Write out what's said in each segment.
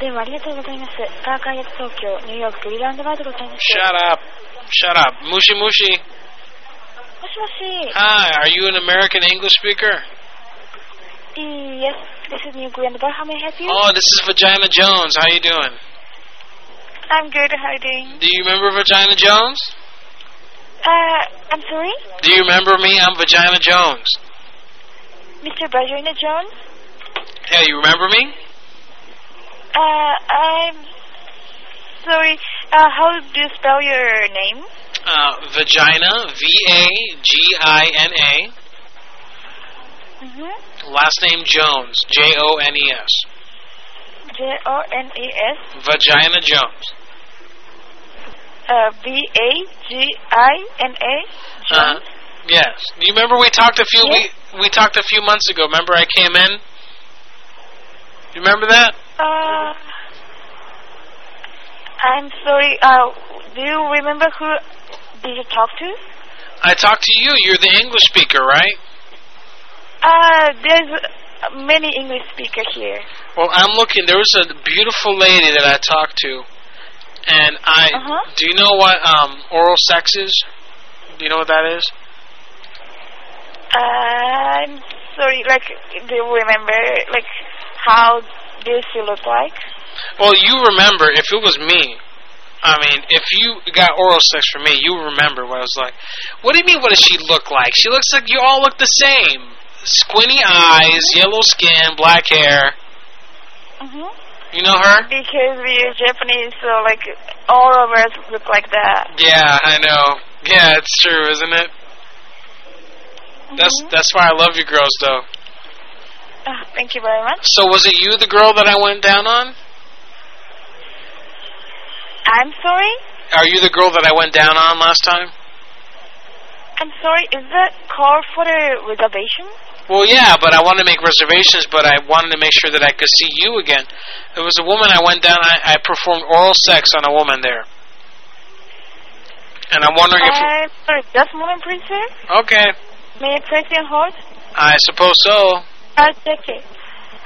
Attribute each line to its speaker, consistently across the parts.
Speaker 1: 電話ありがとうございます。パーカーヤ東京、ニューヨーク、グリーランドバーでございます。
Speaker 2: Shut up. Shut up. Mushi Mushi.
Speaker 1: もしもし。
Speaker 2: Hi, are you an American English speaker?
Speaker 1: Yes, this is New Grand Bar. How may I help you?
Speaker 2: Oh, this is Vagina Jones. How you doing?
Speaker 1: I'm good. How are you doing?
Speaker 2: Do you remember Vagina Jones?
Speaker 1: Uh, I'm sorry?
Speaker 2: Do you remember me? I'm Vagina Jones.
Speaker 1: Mr. Bajorina Jones?
Speaker 2: Hey, you remember me?
Speaker 1: Uh, I'm sorry. Uh, how do you spell your name?
Speaker 2: Uh, vagina, V A G I N A.
Speaker 1: Mm-hmm.
Speaker 2: Last name Jones, J O N E S.
Speaker 1: J-O-N-E-S
Speaker 2: Vagina Jones.
Speaker 1: uh, B-A-G-I-N-A
Speaker 2: Uh,
Speaker 1: Jones.
Speaker 2: yes. Do you remember we talked a few
Speaker 1: Yeah.
Speaker 2: we, we talked a few months ago? Remember I came in. You remember that?
Speaker 1: Uh, I'm sorry. Uh, do you remember who did you talk to?
Speaker 2: I talked to you. You're the English speaker, right?
Speaker 1: Uh, there's many English speakers here.
Speaker 2: Well, I'm looking. There was a beautiful lady that I talked to, and I.
Speaker 1: Uh-huh.
Speaker 2: Do you know what um, oral sex is? Do you know what that is?
Speaker 1: Uh, I'm sorry. Like, do you remember like how this you look like?
Speaker 2: Well, you remember if it was me. I mean, if you got oral sex from me, you remember what I was like. What do you mean? What does she look like? She looks like you all look the same. Squinty eyes, yellow skin, black hair.
Speaker 1: Mm-hmm.
Speaker 2: You know her?
Speaker 1: Because we're Japanese, so like all of us look like that.
Speaker 2: Yeah, I know. Yeah, it's true, isn't it? That's
Speaker 1: Mhm.
Speaker 2: that's why I love you girls, though.
Speaker 1: Ah, thank you very much.
Speaker 2: So was it you, the girl that I went down on?
Speaker 1: I'm sorry.
Speaker 2: Are you the girl that I went down on last time?
Speaker 1: I'm sorry. Is that call for the reservation?
Speaker 2: Well, yeah, but I wanted to make reservations, but I wanted to make sure that I could see you again. There was a woman I went down. I, I performed oral sex on a woman there, and I'm wondering if.
Speaker 1: I'm Uh, sorry. Just a moment, please, sir.
Speaker 2: Okay,
Speaker 1: May I place you on hold?
Speaker 2: I suppose so.
Speaker 1: I'll check it.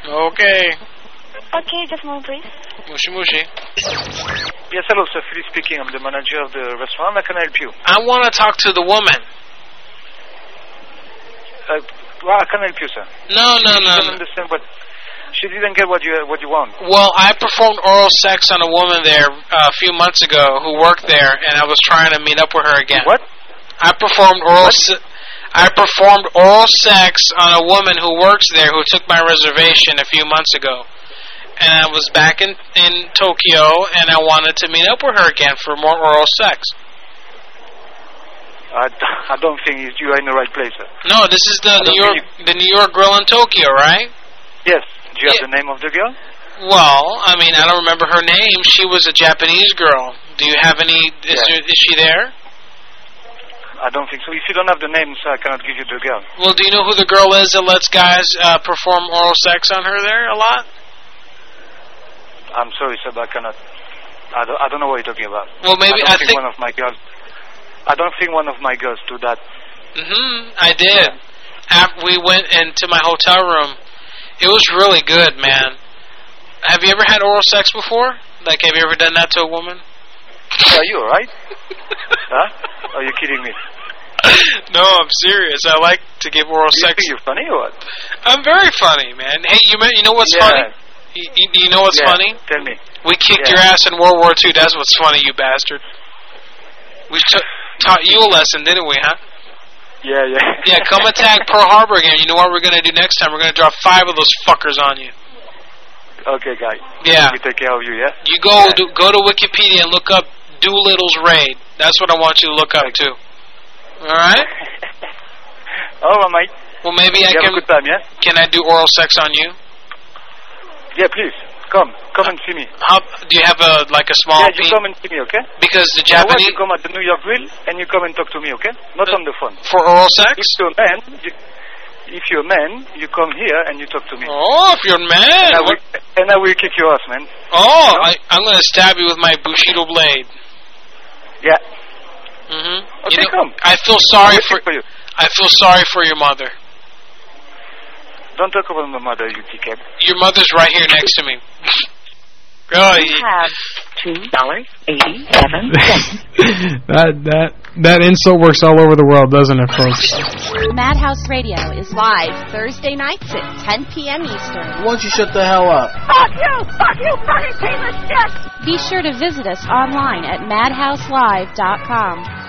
Speaker 2: Okay,
Speaker 1: Okay, just a moment, please.
Speaker 2: mushi mushi.
Speaker 3: Yes, hello, sir. Philip speaking. I'm the manager of the restaurant. How can I help you?
Speaker 2: I want to talk to the woman.
Speaker 3: Uh, well, how can I help you, sir?
Speaker 2: No, no,
Speaker 3: I
Speaker 2: no.
Speaker 3: don't
Speaker 2: no.
Speaker 3: understand what. She didn't get what you what you want.
Speaker 2: Well, I performed oral sex on a woman there uh, a few months ago who worked there, and I was trying to meet up with her again.
Speaker 3: What?
Speaker 2: I performed oral. Se- I performed oral sex on a woman who works there who took my reservation a few months ago, and I was back in in Tokyo, and I wanted to meet up with her again for more oral sex.
Speaker 3: I, d- I don't think you- you are in the right place, sir.
Speaker 2: No, this is the
Speaker 3: don't
Speaker 2: New York the New York girl in Tokyo, right?
Speaker 3: Yes. Do you
Speaker 2: Yeah.
Speaker 3: have the name of the girl?
Speaker 2: Well, I mean, I don't remember her name. She was a Japanese girl. Do you have any? Is,
Speaker 3: Yeah.
Speaker 2: there, is she there?
Speaker 3: I don't think so. If you don't have the name, sir, I cannot give you the girl.
Speaker 2: Well, do you know who the girl is that lets guys uh, perform oral sex on her there a lot?
Speaker 3: I'm sorry, sir, but I cannot. I don't, I don't know what you're talking about.
Speaker 2: Well, maybe
Speaker 3: I,
Speaker 2: I
Speaker 3: don't
Speaker 2: think
Speaker 3: one of my girls. I don't think one of my girls do that.
Speaker 2: hmm I did. Af we went into my hotel room. It was really good, man. Have you ever had oral sex before? Like, have you ever done that to a woman?
Speaker 3: Sir, are you alright? huh? Are you kidding me?
Speaker 2: no, I'm serious. I like to give oral
Speaker 3: Do you
Speaker 2: sex.
Speaker 3: think you're funny or what?
Speaker 2: I'm very funny, man. Hey, you ma- you know what's
Speaker 3: Yeah.
Speaker 2: funny? You, you, you know what's
Speaker 3: Yeah,
Speaker 2: funny?
Speaker 3: Tell me.
Speaker 2: We kicked
Speaker 3: Yeah.
Speaker 2: your ass in World War II. That's what's funny, you bastard. We t- taught you a lesson, didn't we, huh?
Speaker 3: Yeah, yeah.
Speaker 2: Yeah, come attack Pearl Harbor again. You know what we're going to do next time? We're going to drop five of those fuckers on you.
Speaker 3: okay, guy.
Speaker 2: Yeah.
Speaker 3: We take care of you, yeah?
Speaker 2: You go do, go to Wikipedia and look up Doolittle's Raid. That's what I want you to look up, too. All right?
Speaker 3: Alright, mate.
Speaker 2: Well, maybe I
Speaker 3: you have
Speaker 2: can...
Speaker 3: a good time, yeah?
Speaker 2: Can I do oral sex on you?
Speaker 3: Yeah, please. Come. Come and see me.
Speaker 2: How Do you have, a like, a small...
Speaker 3: yeah, you
Speaker 2: pe-
Speaker 3: come and see me, okay?
Speaker 2: because the
Speaker 3: You know what?
Speaker 2: Japanese...
Speaker 3: You come at the New York Grill and you come and talk to me, okay? Not
Speaker 2: Uh,
Speaker 3: on the phone.
Speaker 2: For oral sex?
Speaker 3: If you're a man, you, if you're a man, you come here and you talk to me.
Speaker 2: Oh, if you're a man.
Speaker 3: and, I will,
Speaker 2: what-
Speaker 3: and I will kick your ass, man.
Speaker 2: Oh,
Speaker 3: No.
Speaker 2: I, I'm going to stab you with my Bushido blade.
Speaker 3: Yeah.
Speaker 2: hmm
Speaker 3: Mm-hmm. Okay, come.
Speaker 2: I feel
Speaker 3: I'm
Speaker 2: sorry for
Speaker 3: waiting for you.
Speaker 2: I feel sorry for your mother.
Speaker 3: Don't talk about my mother, you dickhead.
Speaker 2: Your mother's right here next to me. Girl,
Speaker 4: You have two dollars eighty-seven cents.
Speaker 5: that that that insult works all over the world, doesn't it, folks?
Speaker 6: Madhouse Radio is live Thursday nights at 10 p.m. Eastern.
Speaker 7: Why don't you shut the hell up?
Speaker 6: Be sure to visit us online at madhouselive.com.